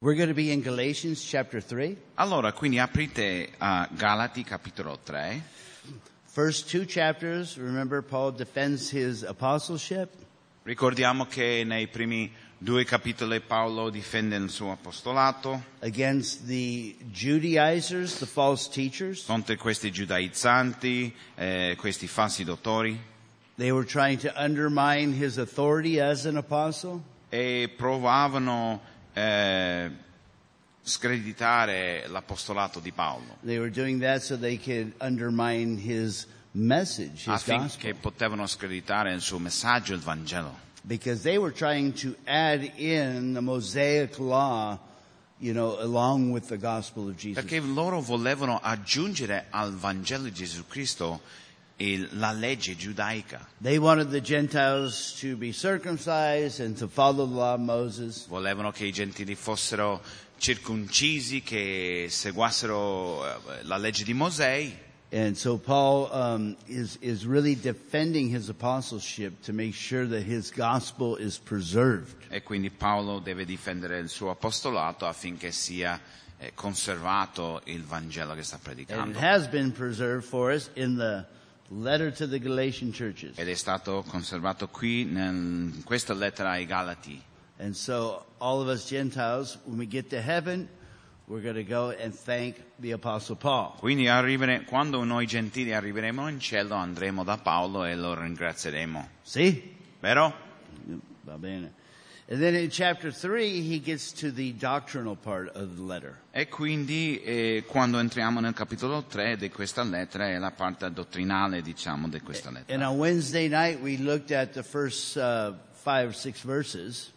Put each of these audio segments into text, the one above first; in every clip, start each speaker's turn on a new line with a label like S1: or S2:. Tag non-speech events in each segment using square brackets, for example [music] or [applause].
S1: We're going to be in Galatians chapter 3.
S2: Allora, quindi aprite a Galati capitolo 3.
S1: First two chapters, remember, Paul defends his apostleship.
S2: Ricordiamo che nei primi due capitoli Paolo difende il suo apostolato
S1: against the Judaizers, the false teachers.
S2: contro questi giudaizzanti, eh, questi falsi dottori
S1: They were trying to undermine his authority as an apostle.
S2: e provavano eh, screditare l'apostolato di Paolo
S1: They were doing that so they could undermine his message, his gospel,
S2: affinché potevano screditare il suo messaggio, il Vangelo.
S1: because they were trying to add in the Mosaic law, you know, along with the gospel of Jesus.
S2: Perché loro volevano aggiungere al Vangelo di Gesù Cristo il- la legge giudaica.
S1: They wanted the Gentiles to be circumcised and to follow the law of Moses.
S2: Volevano che i gentili fossero circoncisi, che seguassero eh, la legge di Mosè.
S1: And so Paul um, is is really defending his apostleship to make sure that his gospel is preserved.
S2: E quindi Paolo deve difendere il suo apostolato affinché sia eh, conservato il Vangelo che sta
S1: And it
S2: predicando.
S1: has been preserved for us in the letter to the Galatian churches.
S2: Ed è stato conservato qui nel- in questa lettera ai Galati.
S1: And so all of us Gentiles, when we get to heaven, we're going to go and thank the apostle Paul.
S2: Quindi arrivere- quando noi gentili arriveremo in cielo andremo da Paolo e lo ringrazieremo.
S1: See?
S2: Vero?
S1: Va bene. And then in chapter three, he gets to the doctrinal part of the letter.
S2: E quindi eh, quando entriamo nel capitolo 3 di questa lettera è la parte dottrinale, diciamo, di questa lettera.
S1: And on Wednesday night, we looked at the first uh, five, six verses.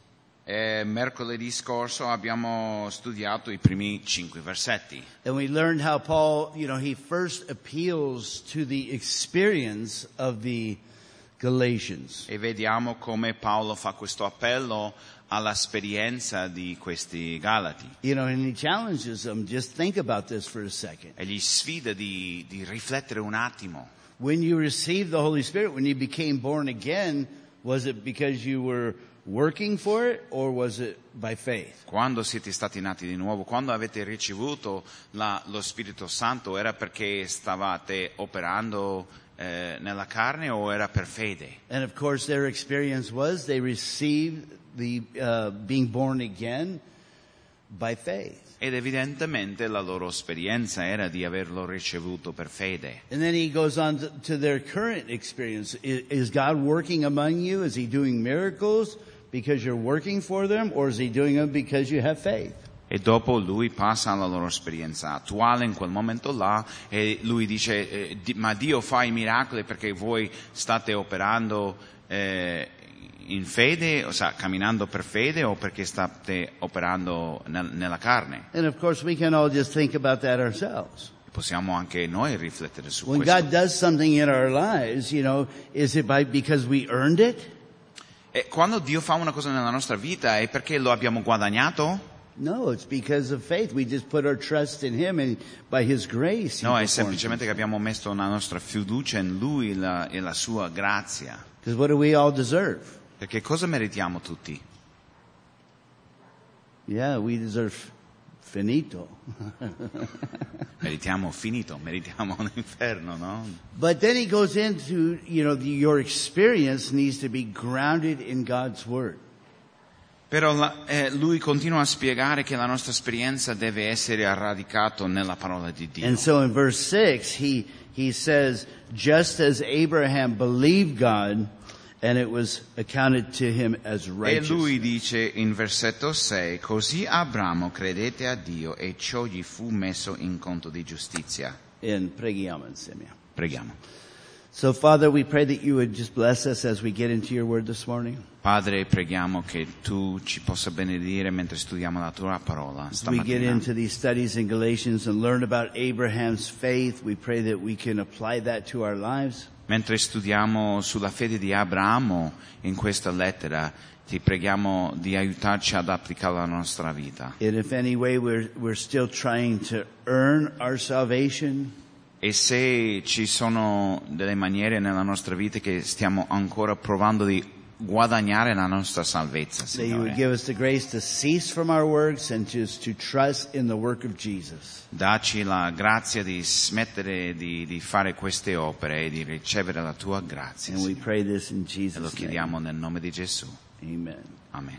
S2: E mercoledì scorso abbiamo studiato i primi cinque versetti
S1: And we learned how Paul, you know, he first appeals to the experience of the Galatians.
S2: e vediamo come Paolo fa questo appello all'esperienza di questi Galati
S1: You know, and he challenges them. Just think about this for a second.
S2: e gli sfida di, di riflettere un attimo.
S1: When you received the Holy Spirit, when you became born again, was it because you were working for it or was it by faith?
S2: Quando siete stati nati di nuovo, quando avete ricevuto la- lo Spirito Santo, era perché stavate operando eh, nella carne o era per fede?
S1: And of course, their experience was they received the uh, being born again by faith.
S2: Ed evidentemente la loro esperienza era di averlo ricevuto per fede.
S1: And then he goes on to, to their current experience. Is, is God working among you? Is he doing miracles because you're working for them or is he doing them because you have faith?
S2: E dopo lui passa alla loro esperienza attuale in quel momento là e lui dice eh, di- ma Dio fa i miracoli perché voi state operando eh, in fede, o sea, camminando per fede o perché state operando nel- nella carne.
S1: And of course we can all just think about that ourselves.
S2: Possiamo anche noi riflettere su
S1: When
S2: questo.
S1: God does something in our lives, you know, is it by, because we earned it?
S2: E quando Dio fa una cosa nella nostra vita è perché lo abbiamo guadagnato?
S1: No, it's because of faith. We just put our trust in him and by his grace. he
S2: No, è
S1: performs
S2: semplicemente che abbiamo messo la nostra fiducia in Lui la- e la Sua grazia.
S1: it. Because what do we all deserve?
S2: Perché cosa meritiamo tutti?
S1: Yeah, we deserve finito.
S2: Meritiamo finito, meritiamo l'inferno, no?
S1: But then he goes into, you know, the, your experience needs to be grounded in God's Word.
S2: Però la- eh, Lui continua a spiegare che la nostra esperienza deve essere radicata nella parola di Dio.
S1: And so in verse 6, he, he says, just as Abraham believed God, and it was accounted to him as
S2: E
S1: righteous.
S2: lui dice in versetto 6, così Abramo credette a Dio e ciò gli fu messo in conto di giustizia.
S1: In preghiamo insieme.
S2: Preghiamo.
S1: So Father, we pray that you would just bless us as we get into your Word this morning.
S2: Padre, preghiamo che tu ci possa benedire mentre studiamo la tua parola
S1: As we get
S2: stamattina.
S1: into these studies in Galatians and learn about Abraham's faith, we pray that we can apply that to our lives.
S2: Mentre studiamo sulla fede di Abramo in questa lettera, ti preghiamo di aiutarci ad applicare la nostra vita.
S1: And if any way we're, we're still trying to earn our salvation,
S2: E se ci sono delle maniere nella nostra vita che stiamo ancora provando di guadagnare la nostra salvezza,
S1: that you would
S2: Signore.
S1: give us the grace to cease from our works and just to trust in the work of Jesus.
S2: Daci la grazia di smettere di, di fare queste opere e di ricevere la tua grazia.
S1: And we
S2: Signore.
S1: pray this in
S2: E lo
S1: Jesus' name.
S2: chiediamo nel nome di Gesù.
S1: Amen.
S2: Amen.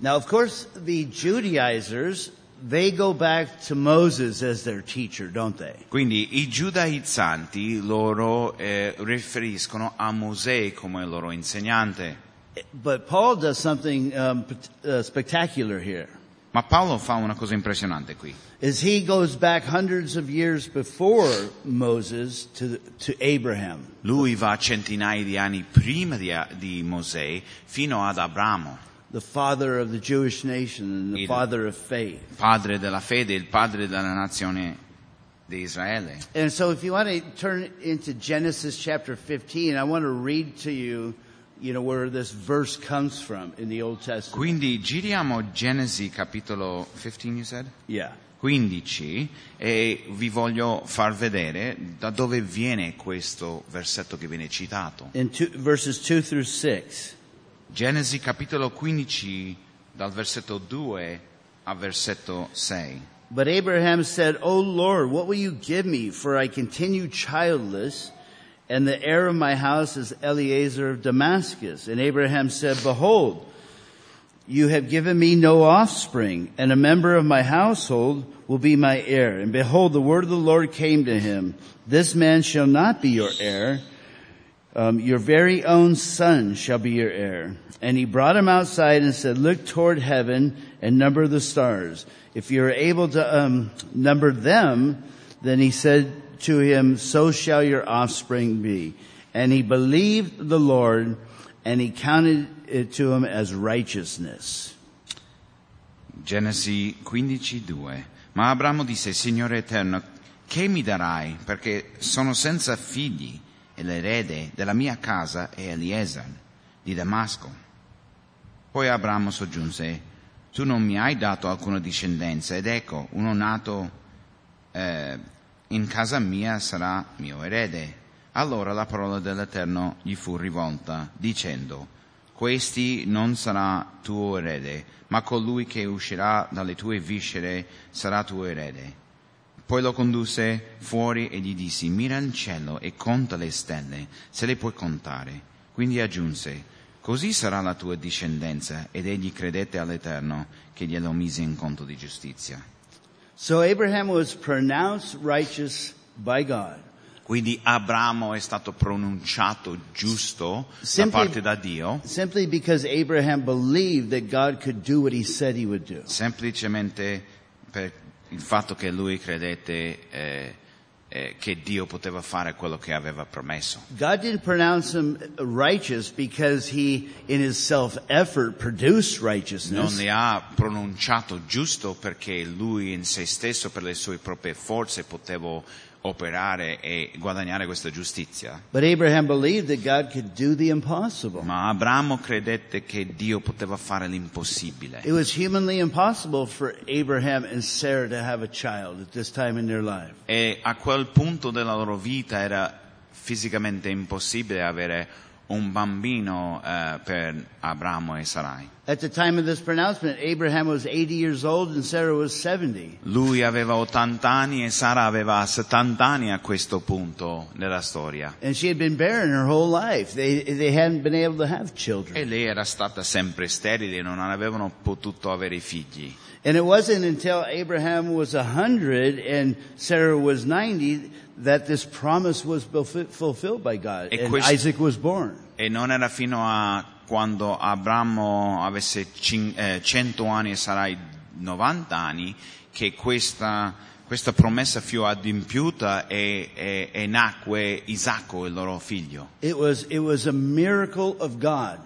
S1: Now, of course, the Judaizers, they go back to Moses as their teacher, don't they?
S2: Quindi i giudaizzanti loro eh, riferiscono a Mosè come il loro insegnante.
S1: But Paul does something um, pat- uh, spectacular here.
S2: Ma Paolo fa una cosa impressionante qui.
S1: Is he goes back hundreds of years before Moses to, to Abraham.
S2: Lui va centinaia di anni prima di, di Mosè fino ad Abramo,
S1: the father of the Jewish nation and the
S2: Eden.
S1: father of faith.
S2: padre della fede, il padre della nazione di Israele.
S1: And so if you want to turn into Genesis chapter 15, I want to read to you, you know, where this verse comes from in the Old Testament.
S2: Quindi giriamo Genesi capitolo 15, you said?
S1: Yeah.
S2: 15 e vi voglio far vedere da dove viene questo versetto che viene citato.
S1: In two, verses 2 through 6.
S2: Genesi capitolo 15 dal versetto 2 al versetto 6.
S1: But Abraham said, O Lord, what will you give me? For I continue childless, and the heir of my house is Eliezer of Damascus. And Abraham said, Behold, you have given me no offspring, and a member of my household will be my heir. And behold, the word of the Lord came to him, This man shall not be your heir. Um, your very own son shall be your heir. And he brought him outside and said, look toward heaven and number the stars. If you are able to um, number them, then he said to him, so shall your offspring be. And he believed the Lord and he counted it to him as righteousness.
S2: Genesi 15, 2. Ma Abramo disse, Signore Eterno, che mi darai? Perché sono senza figli e l'erede della mia casa è Eliezer di Damasco. Poi Abramo soggiunse, tu non mi hai dato alcuna discendenza ed ecco, uno nato eh, in casa mia sarà mio erede. Allora la parola dell'Eterno gli fu rivolta, dicendo, questi non sarà tuo erede, ma colui che uscirà dalle tue viscere sarà tuo erede. Poi lo condusse fuori e gli dissi, mira il cielo e conta le stelle, se le puoi contare. Quindi aggiunse, così sarà la tua discendenza. Ed egli credette all'Eterno che glielo mise in conto di giustizia.
S1: So Abraham was pronounced righteous by God.
S2: Quindi Abramo è stato pronunciato giusto da
S1: Sempre-
S2: parte da Dio,
S1: Simply because Abraham believed that God could do what he said he would do.
S2: semplicemente per il fatto che lui credette eh, eh, che Dio poteva fare quello che aveva promesso.
S1: God didn't pronounce him righteous because he, in his self-effort, produced
S2: Non
S1: righteousness.
S2: le ha pronunciato giusto perché lui in se stesso, per le sue proprie forze, poteva operare e guadagnare questa giustizia.
S1: But Abraham believed that God could do the impossible.
S2: Ma Abramo credette che Dio poteva fare l'impossibile.
S1: It was humanly impossible for Abraham and Sarah to have a child at this time in their life.
S2: E a quel punto della loro vita era fisicamente impossibile avere un bambino eh, per Abramo e Sarai.
S1: At the time of this pronouncement, Abraham was 80 years old and Sarah was 70.
S2: Lui aveva 80 anni e Sara aveva 70 anni a questo punto nella storia.
S1: And she had been barren her whole life. They, they hadn't been able to have children.
S2: E lei era stata sempre sterile, non avevano potuto avere figli.
S1: And it wasn't until Abraham was 100 and Sarah was 90 that this promise was fulfi- fulfilled by God
S2: E
S1: and
S2: questo-
S1: Isaac was born.
S2: E non era fino a quando Abramo avesse cin- eh, 100 anni e Sarai 90 anni che questa, questa promessa fu adempiuta e, e- e nacque Isacco, il loro figlio.
S1: It was, it was a miracle of God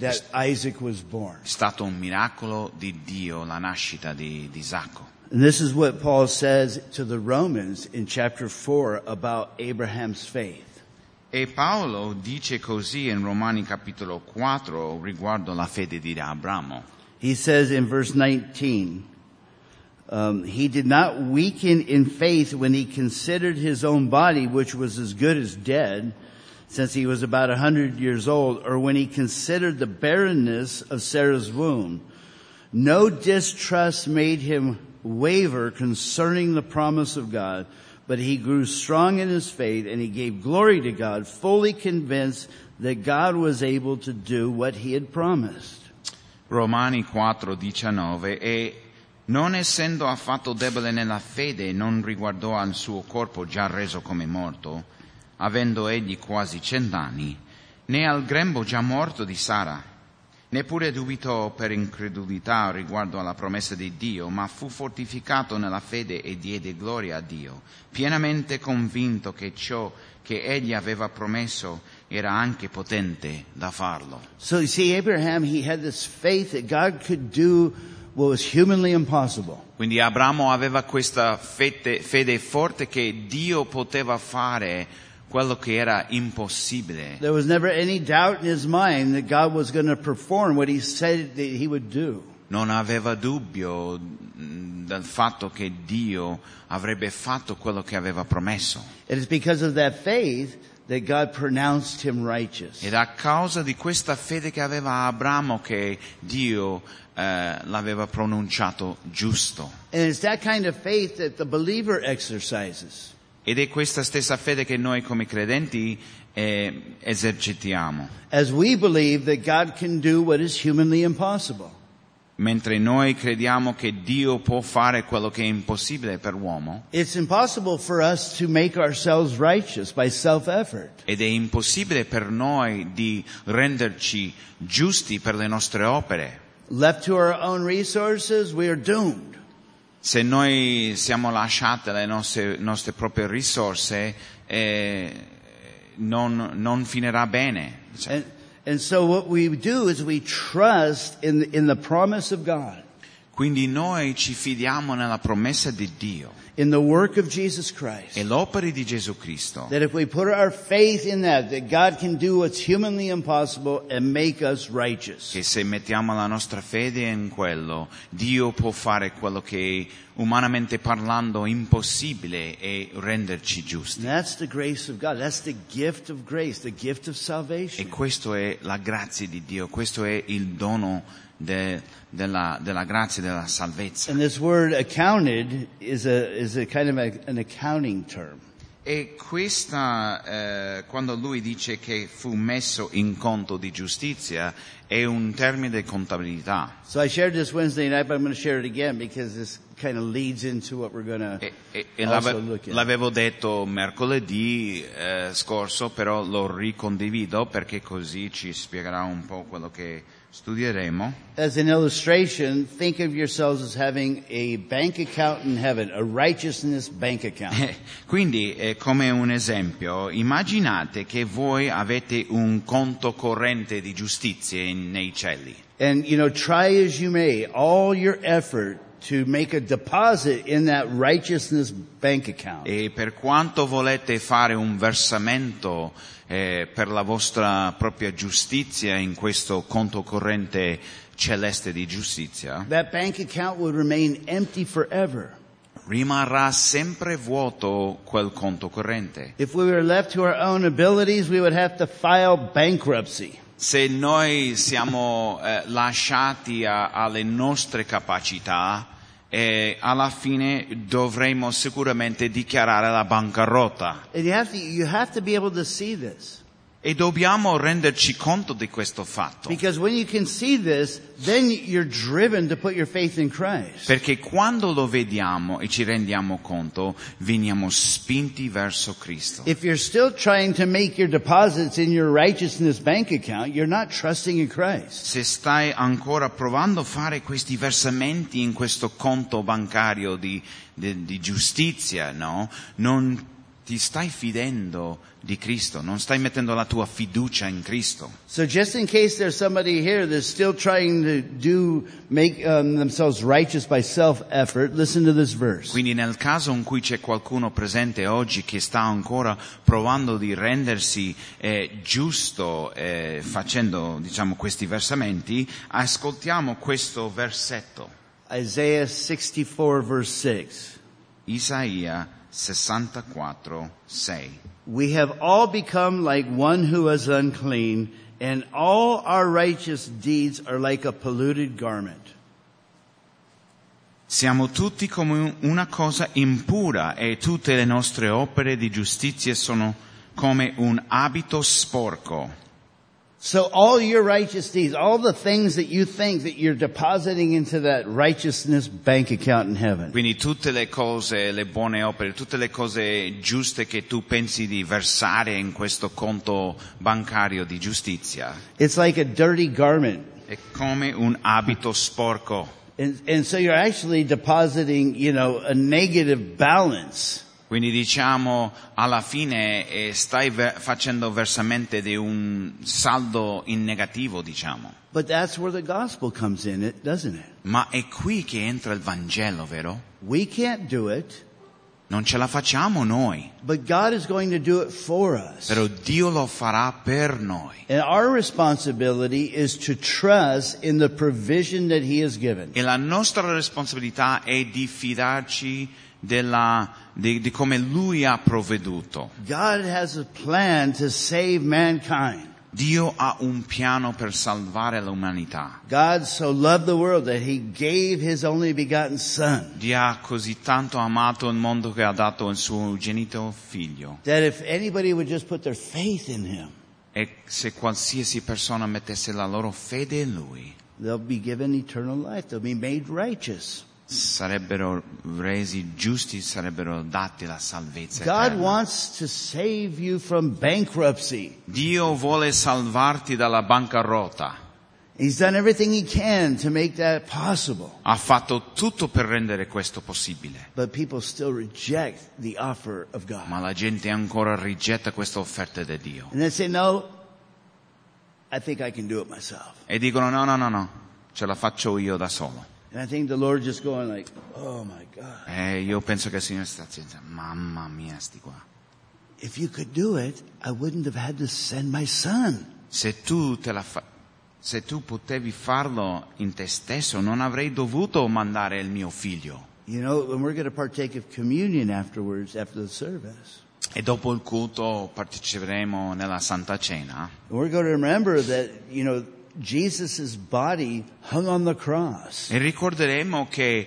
S1: that Isaac was born.
S2: È stato un miracolo di Dio la nascita di, di Isacco.
S1: And this is what Paul says to the Romans in chapter 4 about Abraham's faith.
S2: E Paolo dice così in Romani capitolo 4 riguardo la fede di Abramo.
S1: He says in verse 19, um, he did not weaken in faith when he considered his own body, which was as good as dead, since he was about a hundred years old, or when he considered the barrenness of Sarah's womb. No distrust made him waver concerning the promise of God, but he grew strong in his faith and he gave glory to God, fully convinced that God was able to do what he had promised.
S2: Romani 4:19 e non essendo affatto debole nella fede non riguardò al suo corpo già reso come morto, avendo egli quasi cent'anni, né al grembo già morto di Sara, neppure dubitò per incredulità riguardo alla promessa di Dio, ma fu fortificato nella fede e diede gloria a Dio, pienamente convinto che ciò che egli aveva promesso era anche potente da farlo.
S1: So you see, Abraham, he had this faith that God could do what was humanly impossible.
S2: Quindi Abramo aveva questa fete- fede forte che Dio poteva fare quello che era impossibile.
S1: There was never any doubt in his mind that God was going to perform what he said that he would do.
S2: Non aveva dubbio mm, del fatto che Dio avrebbe fatto quello che aveva promesso.
S1: It is because of that faith that God pronounced him righteous.
S2: Ed a causa di questa fede che aveva Abramo che Dio eh, l'aveva pronunciato giusto.
S1: And it's that kind of faith that the believer exercises.
S2: Ed è questa stessa fede che noi come credenti eh, esercitiamo.
S1: As we believe that God can do what is humanly impossible.
S2: Mentre noi crediamo che Dio può fare quello che è impossibile per l'uomo,
S1: It's impossible for us to make ourselves righteous by self-effort.
S2: ed è impossibile per noi di renderci giusti per le nostre opere.
S1: Left to our own resources, we are doomed.
S2: Se noi siamo lasciati alle nostre, nostre proprie risorse, eh, non, non finirà bene. Cioè,
S1: And, and so what we do is we trust in, in the promise of God,
S2: Quindi noi ci fidiamo nella promessa di Dio
S1: in the work of Jesus Christ.
S2: e l'opera di Gesù Cristo.
S1: That if we put our faith in that, that God can do what's humanly impossible and make us righteous.
S2: Che se mettiamo la nostra fede in quello, Dio può fare quello che umanamente parlando è impossibile e renderci giusti.
S1: And that's the grace of God. That's the gift of grace, the gift of
S2: E
S1: salvation.
S2: questo è la grazia di Dio, questo è il dono de- della, della grazia e della salvezza.
S1: And this word accounted is a, is a kind of a, an accounting term.
S2: E questa, eh, quando lui dice che fu messo in conto di giustizia, è un termine di contabilità.
S1: So I shared this Wednesday night, but I'm going to share it again because this kind of leads into what we're going to.
S2: E- e- e
S1: Also
S2: l'ave-
S1: look at-
S2: l'avevo detto mercoledì eh, scorso, però lo ricondivido perché così ci spiegherà un po' quello che studieremo.
S1: As an illustration, think of yourselves as having a bank account in heaven, a righteousness bank account.
S2: Eh, Quindi, eh, come un esempio, immaginate che voi avete un conto corrente di giustizia in- nei cieli
S1: And you know, try as you may, all your effort to make a deposit in that righteousness bank account.
S2: e per quanto volete fare un versamento eh, per la vostra propria giustizia in questo conto corrente celeste di giustizia,
S1: That bank account would remain empty forever.
S2: rimarrà sempre vuoto quel conto corrente.
S1: If we were left to our own abilities, we would have to file bankruptcy.
S2: Se noi siamo eh, lasciati a- alle nostre capacità, eh, alla fine dovremo sicuramente dichiarare la bancarotta
S1: And you have to, you have to be able to see this.
S2: e dobbiamo renderci conto di questo fatto.
S1: Because when you can see this, then you're driven to put your faith in Christ.
S2: Perché quando lo vediamo e ci rendiamo conto, veniamo spinti verso Cristo.
S1: If you're still trying to make your deposits in your righteousness bank account, you're not trusting in Christ.
S2: Se stai ancora provando a fare questi versamenti in questo conto bancario di, di- di giustizia, no? Non ti stai fidendo di Cristo, non stai mettendo la tua fiducia in Cristo.
S1: So just in case there's somebody here that's still trying to do, make um, themselves righteous by self-effort, listen to this verse.
S2: Quindi nel caso in cui c'è qualcuno presente oggi che sta ancora provando di rendersi eh, giusto eh, facendo diciamo, questi versamenti, ascoltiamo questo versetto.
S1: Isaiah 64 verse 6.
S2: Isaia 64, 6.
S1: We have all become like one who is unclean, and all our righteous deeds are like a polluted garment.
S2: Siamo tutti come una cosa impura e tutte le nostre opere di giustizia sono come un abito sporco.
S1: So all your righteous deeds, all the things that you think that you're depositing into that righteousness bank account in heaven,
S2: Quindi tutte le cose, le buone opere, tutte le cose giuste che tu pensi di versare in questo conto bancario di giustizia
S1: it's like a dirty garment.
S2: è come un abito sporco.
S1: And, and so you're actually depositing, you know, a negative balance.
S2: Quindi diciamo alla fine eh, stai ver- facendo versamento di un saldo in negativo, diciamo.
S1: But that's where the gospel comes in, it doesn't it?
S2: Ma è qui che entra il Vangelo, vero?
S1: We can't do it,
S2: Non ce la facciamo noi,
S1: but God is going to do it for us.
S2: però Dio lo farà per noi.
S1: And our responsibility is to trust in the provision that He has given.
S2: E la nostra responsabilità è di fidarci della- di, di come Lui ha provveduto.
S1: God has a plan to save mankind.
S2: Dio ha un piano per salvare l'umanità.
S1: God so loved the world that He gave His only begotten Son.
S2: Dio ha così tanto amato il mondo che ha dato il suo unigenito figlio.
S1: That if anybody would just put their faith in Him,
S2: E se qualsiasi persona mettesse la loro fede in lui,
S1: they'll be given eternal life. They'll be made righteous.
S2: sarebbero resi giusti, sarebbero dati la salvezza.
S1: God
S2: eterna.
S1: wants to save you from bankruptcy.
S2: Dio vuole salvarti dalla bancarotta.
S1: He's done everything He can to make that possible.
S2: Ha fatto tutto per rendere questo possibile.
S1: But people still reject the offer of God.
S2: Ma la gente ancora rigetta questa offerta di Dio.
S1: And they say, no, I think I can do it myself.
S2: E dicono no, no, no, no, ce la faccio io da solo.
S1: And I think the Lord just going like, oh my God,
S2: E Eh, io penso che il Signore sta dicendo, mamma mia, sti qua.
S1: if you could do it, I wouldn't have had to send my son.
S2: Se tu, te la fa- se tu potevi farlo in te stesso, non avrei dovuto mandare il mio figlio.
S1: You know, when we're going to partake of communion afterwards, after the service,
S2: E dopo il culto parteciperemo nella Santa Cena
S1: and we're going to remember that, you know, Jesus' body hung on the cross.
S2: e ricorderemo che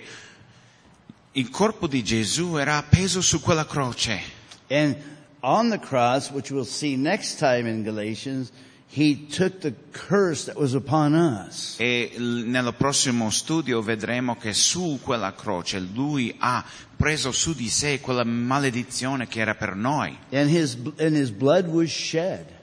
S2: il corpo di Gesù era appeso su quella croce.
S1: And on the cross, which we'll see next time in Galatians, he took the curse that was upon us.
S2: E l- nello prossimo studio vedremo che su quella croce lui ha preso su di sé quella maledizione che era per noi.
S1: and his and his blood was shed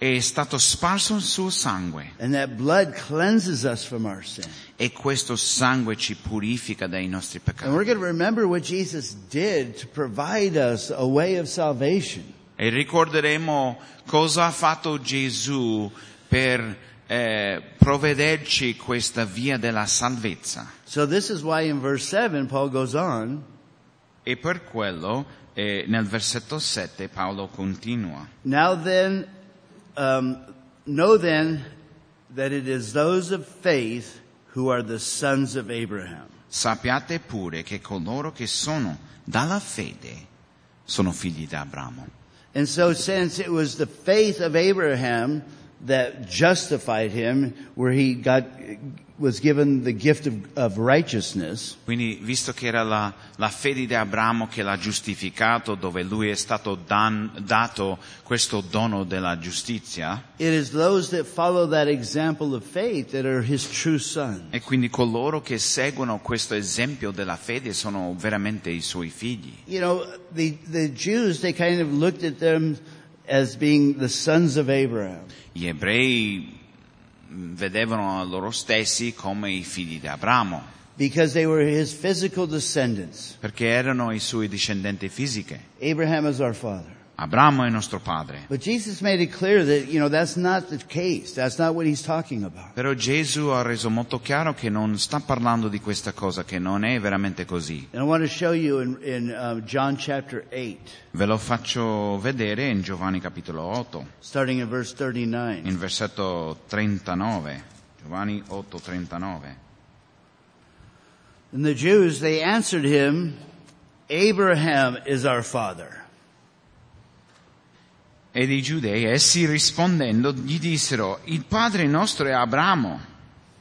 S2: È stato sparso il suo sangue.
S1: and that blood cleanses us from our sin
S2: e questo sangue ci purifica dai nostri
S1: and we're
S2: peccati.
S1: going to remember what jesus did to provide us a way of salvation
S2: E ricorderemo cosa ha fatto Gesù per eh, provvederci questa via della salvezza.
S1: so this is why in verse 7 paul goes on
S2: E per quello, eh, nel versetto 7 Paolo continua.
S1: now then um, know then that it is those of faith who are the sons of abraham
S2: Sappiate pure che coloro che sono dalla fede sono figli di Abramo.
S1: and so since it was the faith of abraham that justified him where he got was given the gift of, of righteousness
S2: Quindi, visto che era la, la fede di Abramo che l'ha giustificato, dove lui è stato dan- dato questo dono della giustizia,
S1: It is those that follow that example of faith that are his true son.
S2: e quindi coloro che seguono questo esempio della fede sono veramente i suoi figli.
S1: You know, the, the Jews, they kind of looked at them as being the sons of Abraham.
S2: Gli ebrei mh, vedevano loro stessi come i figli di Abramo,
S1: Because they were his physical descendants.
S2: perché erano i suoi discendenti fisiche.
S1: Abraham is our father.
S2: Abramo è nostro padre.
S1: But Jesus made it clear that, you know, that's not the case. That's not what he's talking about.
S2: Però Gesù ha reso molto chiaro che non sta parlando di questa cosa, che non è veramente così.
S1: And I want to show you in, in um, John chapter 8,
S2: Ve lo faccio vedere in Giovanni capitolo 8,
S1: starting in verse 39.
S2: in versetto 39. Giovanni 8, 39.
S1: And the Jews, they answered him, Abraham is our father.
S2: Ed i giudei, essi rispondendo, gli dissero, il padre nostro è Abramo.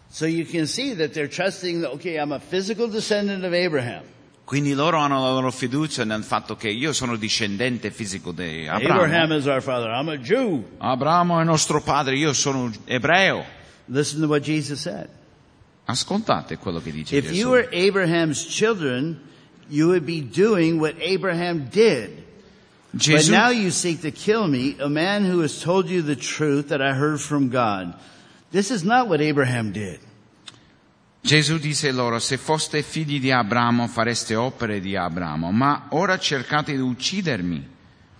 S1: So you can see that they're trusting, that, okay, I'm a physical descendant of Abraham.
S2: Quindi loro hanno la loro fiducia nel fatto che io sono discendente fisico di Abramo.
S1: Abraham is our father. I'm a Jew.
S2: Abramo è nostro padre, io sono ebreo.
S1: Listen to what Jesus said.
S2: Ascoltate quello che dice
S1: If you
S2: Gesù.
S1: were Abraham's children, you would be doing what Abraham did. But
S2: Gesù,
S1: now you seek to kill me, a man who has told you the truth that I heard from God. This is not what Abraham did.
S2: Gesù disse loro, se foste figli di Abramo fareste opere di Abramo, ma ora cercate di uccidermi,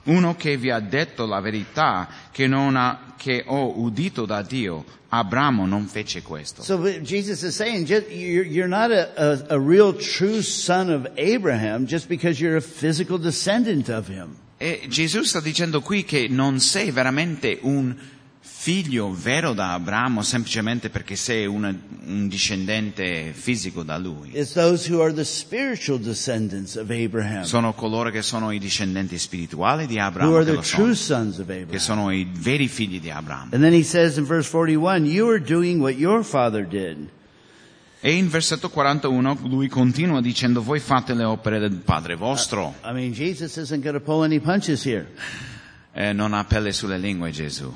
S2: uno che vi ha detto la verità che, non ha- che ho udito da Dio. Abramo non fece questo.
S1: So what Jesus is saying, just, you're, you're not a, a, a real true son of Abraham just because you're a physical descendant of him.
S2: E Gesù sta dicendo qui che non sei veramente un figlio vero da Abramo semplicemente perché sei una- un discendente fisico da lui.
S1: It's those who are the spiritual descendants of Abraham,
S2: Sono coloro che sono i discendenti spirituali di
S1: who
S2: Abramo,
S1: are
S2: che,
S1: the
S2: lo sono,
S1: true sons of Abraham.
S2: che sono i veri figli di Abramo.
S1: And then he says in verse 41, you are doing what your father did.
S2: E in versetto 41 lui continua dicendo voi fate le opere del Padre vostro.
S1: I mean, Jesus isn't going to pull any punches here.
S2: Eh, non ha pelle sulle lingue Gesù.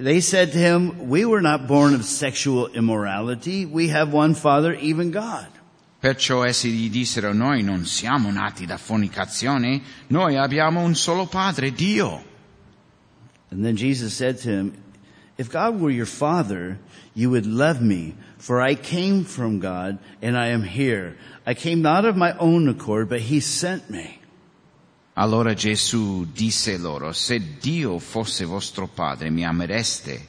S1: They said to him, we were not born of sexual immorality. We have one father, even God.
S2: Perciò essi gli dissero noi non siamo nati da fornicazione, noi abbiamo un solo Padre, Dio.
S1: And then Jesus said to him, if God were your father, you would love me, for I came from God and I am here. I came not of my own accord, but he sent me.
S2: Allora Gesù disse loro, se Dio fosse vostro Padre mi amereste,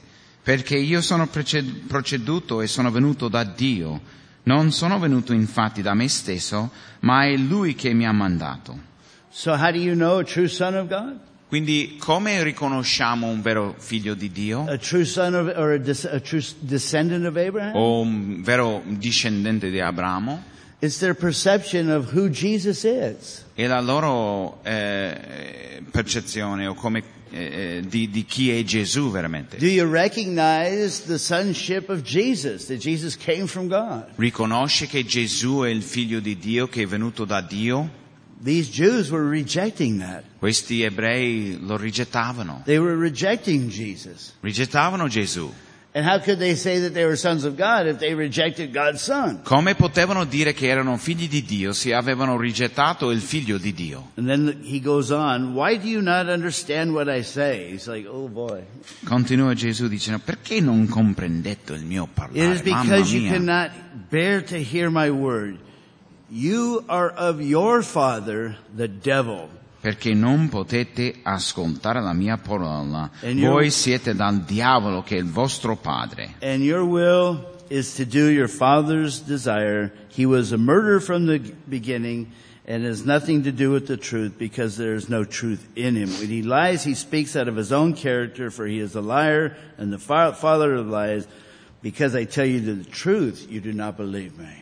S2: perché io sono proced- proceduto e sono venuto da Dio. Non sono venuto infatti da me stesso, ma è Lui che mi ha mandato.
S1: So how do you know a true son of God?
S2: Quindi come riconosciamo un vero figlio di Dio
S1: A true son of, or a, des- a true s- descendant of Abraham?
S2: o un vero discendente di Abramo?
S1: It's their perception of who Jesus is.
S2: E la loro eh, percezione o come, eh, eh, di, di chi è Gesù veramente.
S1: Do you recognize the sonship of Jesus, that Jesus came from God?
S2: Riconosce che Gesù è il figlio di Dio che è venuto da Dio?
S1: These Jews were rejecting that.
S2: Questi ebrei lo rigettavano,
S1: They were rejecting Jesus.
S2: rigettavano Gesù.
S1: And how could they say that they were sons of God if they rejected God's son?
S2: Come potevano dire che erano figli di Dio se avevano rigettato il figlio di Dio?
S1: And then he goes on, why do you not understand what I say? He's like, oh boy.
S2: Continua Gesù dicendo, perché non comprendete il mio
S1: It is
S2: parlare? Mamma
S1: because you
S2: mia.
S1: cannot bear to hear my word. You are of your father, the devil.
S2: Perché non potete ascoltare la mia parola.
S1: And you-
S2: Voi siete dal diavolo che è il vostro padre.
S1: And your will is to do your father's desire. He was a murderer from the beginning and has nothing to do with the truth because there is no truth in him. When he lies, he speaks out of his own character for he is a liar and the fa- father of lies. Because I tell you the truth, you do not believe me.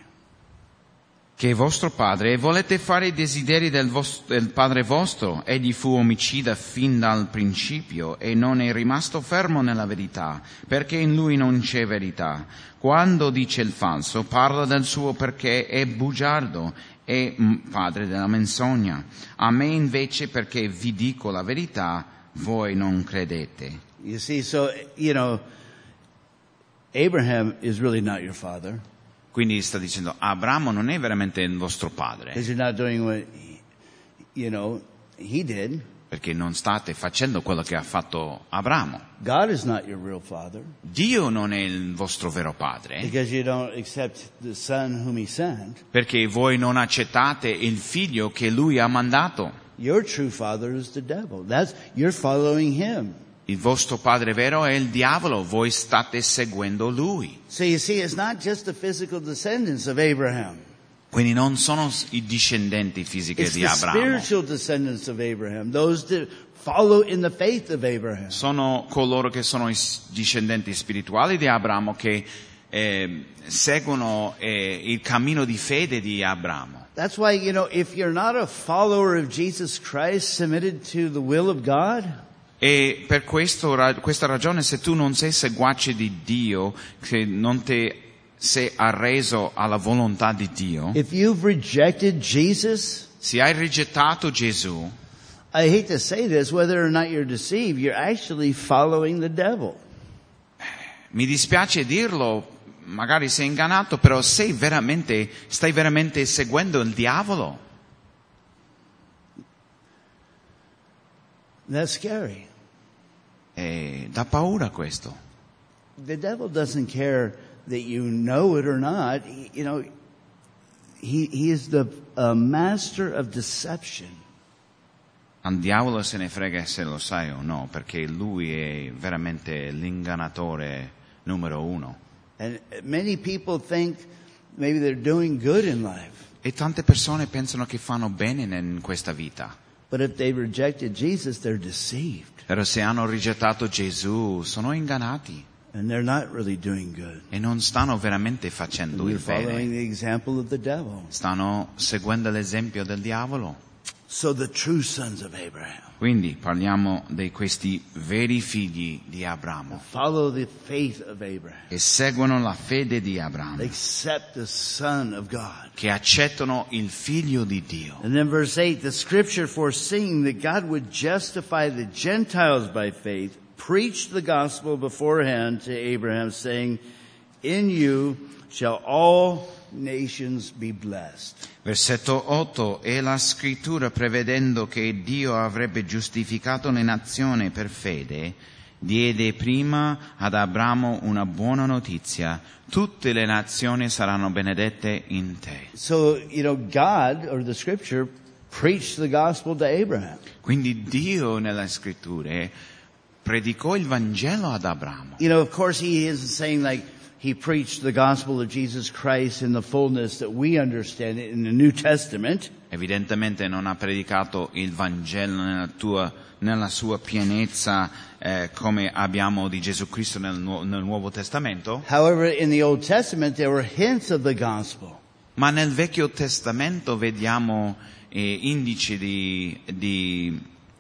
S2: che è vostro padre, e volete fare i desideri del, vos- del padre vostro. Egli fu omicida fin dal principio e non è rimasto fermo nella verità, perché in lui non c'è verità. Quando dice il falso, parla del suo perché è bugiardo, è mm, padre della menzogna. A me invece, perché vi dico la verità, voi non credete.
S1: You see, so, you know, Abraham is really not your father
S2: Quindi sta dicendo, Abramo non è veramente il vostro padre,
S1: because you're not doing what, he- you know, he did.
S2: perché non state facendo quello che ha fatto Abramo.
S1: God is not your real father.
S2: Dio non è il vostro vero padre,
S1: Because you don't accept the son whom he sent.
S2: perché voi non accettate il figlio che lui ha mandato.
S1: Your true father is the devil. That's, you're following him.
S2: Il vostro padre vero è il diavolo, voi state seguendo lui.
S1: So you see, it's not just the physical descendants of Abraham.
S2: Quindi non sono s- i discendenti fisiche
S1: It's
S2: di
S1: the
S2: Abramo,
S1: spiritual descendants of Abraham. Those that follow in the faith of Abraham.
S2: sono coloro che sono i s- discendenti spirituali di Abramo che eh, seguono eh, il cammino di fede di Abramo.
S1: That's why, you know, if you're not a follower of Jesus Christ submitted to the will of God,
S2: E per questo ra- questa ragione, se tu non sei seguace di Dio, che non ti sei arreso alla volontà di Dio,
S1: if you've rejected Jesus,
S2: se hai rigettato Gesù,
S1: I hate to say this, whether or not you're deceived, you're actually following the devil.
S2: mi dispiace dirlo, magari sei ingannato, però sei veramente, stai veramente seguendo il diavolo.
S1: That's scary.
S2: E dà paura questo.
S1: The devil doesn't care that you know it or not. He- you know, he, he is the uh, master of deception.
S2: Al diavolo se ne frega se lo sai o no, perché lui è veramente l'ingannatore numero uno.
S1: And many people think maybe they're doing good in life.
S2: E tante persone pensano che fanno bene in questa vita,
S1: But if they rejected Jesus, they're deceived
S2: però se hanno rigettato Gesù sono ingannati
S1: and they're not really doing good.
S2: e non stanno veramente facendo
S1: We're
S2: il bene,
S1: following the example of the devil.
S2: stanno seguendo l'esempio del diavolo.
S1: So the true sons of Abraham
S2: Quindi parliamo di questi veri figli di Abramo
S1: follow the faith of Abraham.
S2: che seguono la fede di
S1: They
S2: Abramo,
S1: accept the son of God.
S2: che accettano il figlio di Dio.
S1: And then verse 8, the scripture foreseeing that God would justify the Gentiles by faith preached the gospel beforehand to Abraham saying, in you shall all nations be blessed.
S2: Versetto 8 e la scrittura prevedendo che Dio avrebbe giustificato le nazioni per fede, diede prima ad Abramo una buona notizia, tutte le nazioni saranno benedette in te.
S1: So, you know, God or the scripture preached the gospel to Abraham.
S2: Quindi Dio nella scrittura predicò il Vangelo ad Abramo.
S1: You know, of course he isn't saying like he preached the gospel of Jesus Christ in the fullness that we understand it in the New Testament.
S2: Evidentemente non ha predicato il Vangelo nella, tua- nella sua pienezza eh, come abbiamo di Gesù Cristo nel Nuo- nel Nuovo Testamento.
S1: However, in the Old Testament there were hints of the gospel.
S2: Ma nel Vecchio Testamento vediamo eh, indici di- di-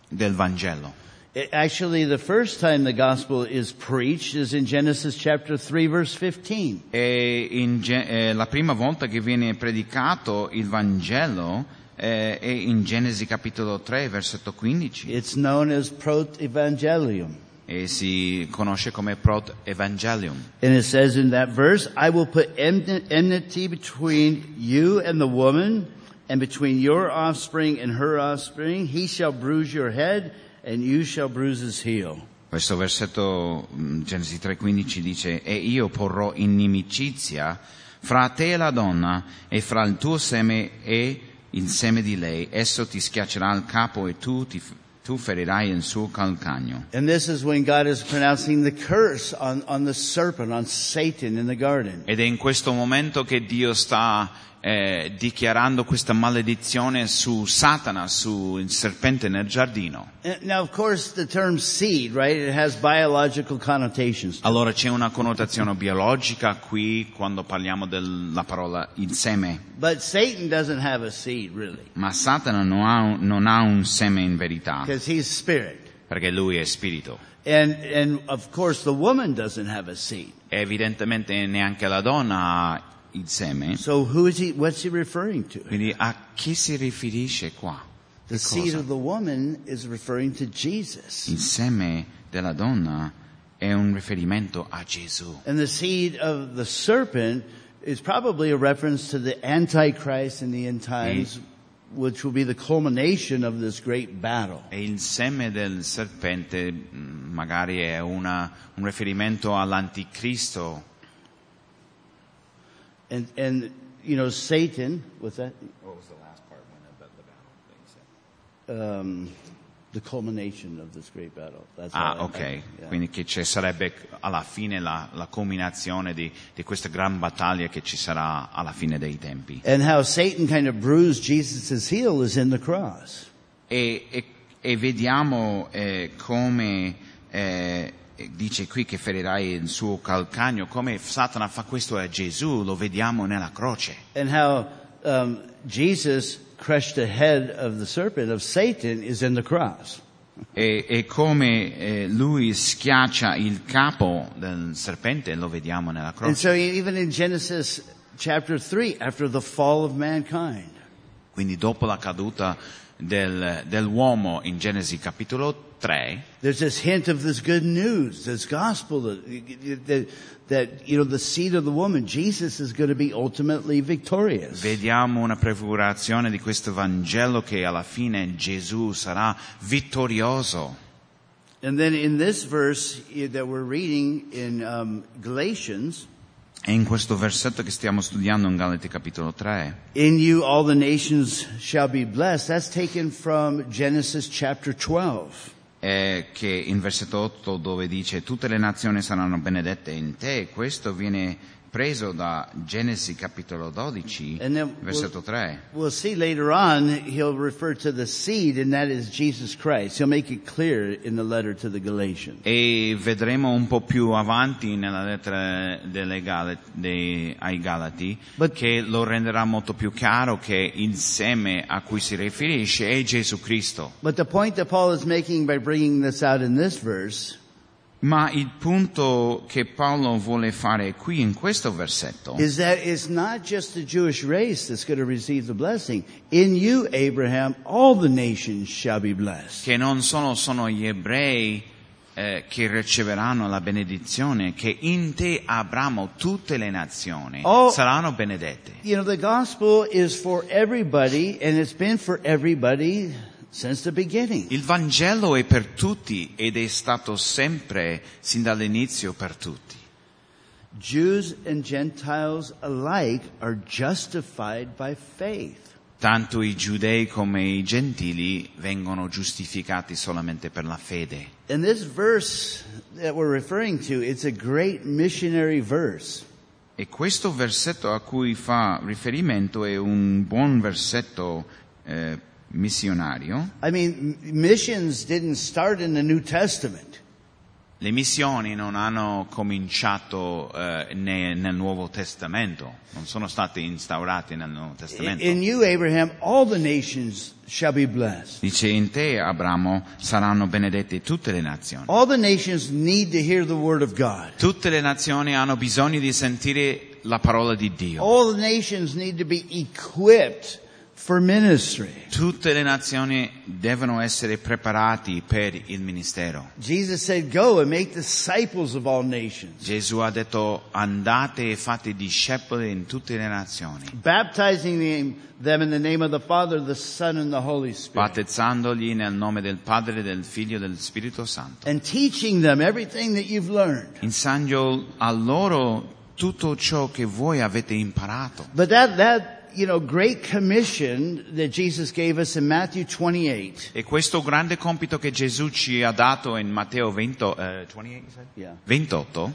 S2: del Vangelo.
S1: It- actually, the first time the gospel is preached is in Genesis chapter 3 verse 15.
S2: E in Ge- eh, la prima volta che viene predicato il Vangelo eh, è in Genesi capitolo 3, versetto 15,
S1: It's known as proto-evangelium.
S2: e si conosce come Prot Evangelium.
S1: And it says in that verse, I will put enmi- enmity between you and the woman and between your offspring and her offspring. He shall bruise your head and you shall bruise his heel.
S2: Questo versetto, mh, Genesi 3,15 dice, e io porrò inimicizia fra te e la donna e fra il tuo seme e il seme di lei, esso ti schiaccerà il capo e tu, ti, tu ferirai il suo calcagno.
S1: And this is when God is pronouncing the curse on, on the serpent, on Satan in the garden.
S2: Ed è in questo momento che Dio sta eh, dichiarando questa maledizione su Satana, sul serpente nel giardino.
S1: And now, of course, the term seed, right? It has biological connotations.
S2: Allora c'è una connotazione biologica qui quando parliamo della parola il seme.
S1: But Satan doesn't have a seed, really,
S2: Ma Satana non ha, un- non ha un seme in verità,
S1: because he's spirit.
S2: perché lui è spirito.
S1: And, and of course, the woman doesn't have a seed.
S2: E evidentemente neanche la donna ha il seme.
S1: So who is he, what's he referring to?
S2: Quindi a chi si riferisce qua? Che
S1: The seed
S2: cosa?
S1: of the woman is referring to Jesus.
S2: Il seme della donna è un riferimento a Gesù.
S1: And the seed of the serpent is probably a reference to the Antichrist in the end times, which will be the culmination of this great battle.
S2: E il seme del serpente mh, magari è una- un riferimento all'anticristo.
S1: And, and, you know, Satan, what's that? Um, the culmination of this great battle. That's
S2: Ah,
S1: what I-
S2: ok.
S1: I- yeah.
S2: Quindi che ci sarebbe alla fine la, la culminazione di, di questa gran battaglia che ci sarà alla fine dei tempi.
S1: And how Satan kind of bruised Jesus' heel is in the cross.
S2: E, e- e vediamo eh, come eh, eh, dice qui che ferirai il suo calcagno, come Satana fa questo a Gesù, lo vediamo nella croce.
S1: And how um, Jesus crushed the head of the serpent, of Satan, is in the cross.
S2: E, e come eh, lui schiaccia il capo del serpente, lo vediamo nella
S1: And
S2: croce.
S1: so even in Genesis chapter 3, after the fall of mankind,
S2: Quindi dopo la caduta del- dell'uomo in Genesi capitolo 3,
S1: there's this hint of this good news, this gospel that, that, that, you know, the seed of the woman, Jesus is going to be ultimately victorious.
S2: vediamo una prefigurazione di questo Vangelo che alla fine Gesù sarà vittorioso.
S1: And then in this verse eh, that we're reading in um, Galatians,
S2: E in questo versetto che stiamo studiando in Galati capitolo 3,
S1: in you all the nations shall be blessed, that's taken from Genesis chapter 12.
S2: è che in versetto 8 dove dice tutte le nazioni saranno benedette in te, questo viene preso da Genesi capitolo 12,
S1: And then
S2: versetto 3.
S1: We'll see later on, he'll refer to the seed, and that is Jesus Christ. He'll make it clear in the letter to the Galatians.
S2: E vedremo un po' più avanti nella lettera delle Gala- dei- ai Galati
S1: But-
S2: che lo renderà molto più chiaro che il seme a cui si riferisce è Gesù Cristo.
S1: But the point that Paul is making by bringing this out in this verse
S2: Ma il punto che Paolo vuole fare qui in questo versetto
S1: is that it's not just the Jewish race that's going to receive the blessing. In you, Abraham, all the nations shall be blessed.
S2: che non solo sono gli ebrei eh, che riceveranno la benedizione, che in te Abramo tutte le nazioni
S1: Oh.
S2: saranno benedette.
S1: You know, the gospel is for everybody, and it's been for everybody since the beginning.
S2: Il Vangelo è per tutti ed è stato sempre, sin dall'inizio, per tutti.
S1: Jews and Gentiles alike are justified by faith.
S2: Tanto i giudei come i gentili vengono giustificati solamente per la fede.
S1: And this verse that we're referring to, it's a great missionary verse.
S2: E questo versetto a cui fa riferimento è un buon versetto eh, missionario.
S1: I mean, m- missions didn't start in the New Testament.
S2: Le missioni non hanno cominciato eh, ne- nel Nuovo Testamento, non sono state instaurate nel Nuovo
S1: In,
S2: Testamento.
S1: in you, Abraham, all the nations shall be blessed.
S2: Dice in te, Abramo, saranno benedette tutte le nazioni.
S1: All the nations need to hear the word of God.
S2: Tutte le nazioni hanno bisogno di sentire la parola di Dio.
S1: All the nations need to be equipped for ministry.
S2: Tutte le nazioni devono essere preparate per il ministero.
S1: Jesus said, go and make disciples of all nations,
S2: Gesù ha detto andate e fate discepoli in tutte le nazioni,
S1: baptizing them- them in the name of the Father, the Son, and the Holy Spirit.
S2: battezzandoli nel nome del Padre, del Figlio e del Spirito Santo.
S1: and teaching them everything that you've learned.
S2: Insegno a loro tutto ciò che voi avete imparato.
S1: But that, that, you know, great commission that Jesus gave us in Matthew 28.
S2: E questo grande compito che Gesù ci ha dato in Matteo 20 eh, 28,
S1: Yeah.
S2: 28,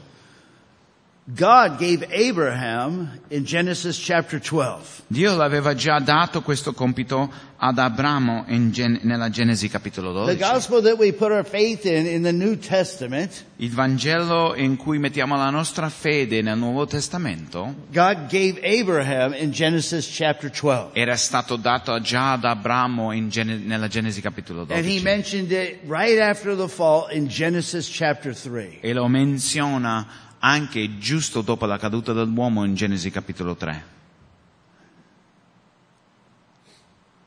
S1: God gave Abraham in Genesis chapter 12.
S2: Dio l'aveva già dato questo compito ad Abramo in Gen- nella Genesi capitolo
S1: The
S2: 12.
S1: gospel that we put our faith in in the New Testament,
S2: Il Vangelo in cui mettiamo la nostra fede nel Nuovo Testamento
S1: God gave Abraham in Genesis chapter 12.
S2: era stato dato già ad Abramo in Gene- nella Genesi capitolo
S1: And he
S2: 12
S1: mentioned it right after the fall in Genesis chapter 3.
S2: e lo menziona anche giusto dopo la caduta dell'uomo in Genesi capitolo 3.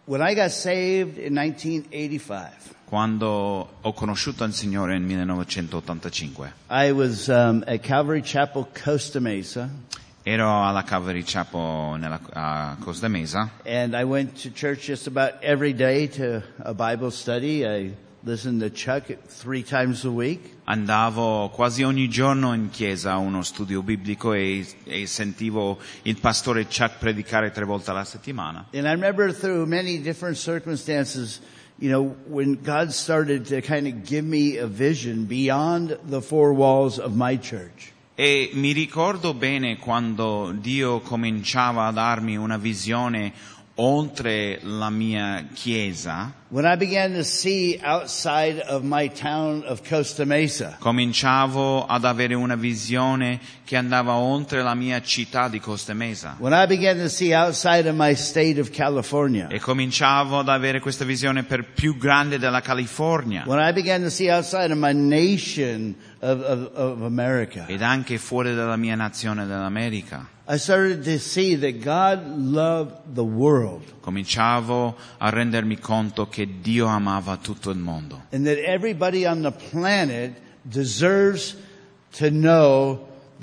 S1: When I got saved in 1985,
S2: Quando ho conosciuto il Signore nel 1985
S1: I was um, at Calvary Chapel, Costa Mesa.
S2: ero alla Calvary Chapel nella, a Costa Mesa
S1: And I went to church just about every day to a Bible study. I listened to Chuck three times a week.
S2: andavo quasi ogni giorno in chiesa a uno studio biblico e, e sentivo il pastore Chuck predicare tre volte alla settimana
S1: And I remember through many different circumstances, you know, when God started to kind of give me a vision beyond the four walls of my church.
S2: E mi ricordo bene quando Dio cominciava a darmi una visione oltre la mia chiesa,
S1: When I began to see outside of my town of Costa Mesa,
S2: cominciavo ad avere una visione che andava oltre la mia città di Costa Mesa.
S1: when I began to see outside of my state of California,
S2: E cominciavo ad avere questa visione per più grande della California
S1: when I began to see outside of my nation of, of, of America,
S2: ed anche fuori dalla mia nazione dell'America.
S1: I started to see that God loved the world
S2: Cominciavo a rendermi conto che Dio amava tutto il mondo.
S1: and that everybody on the planet deserves to know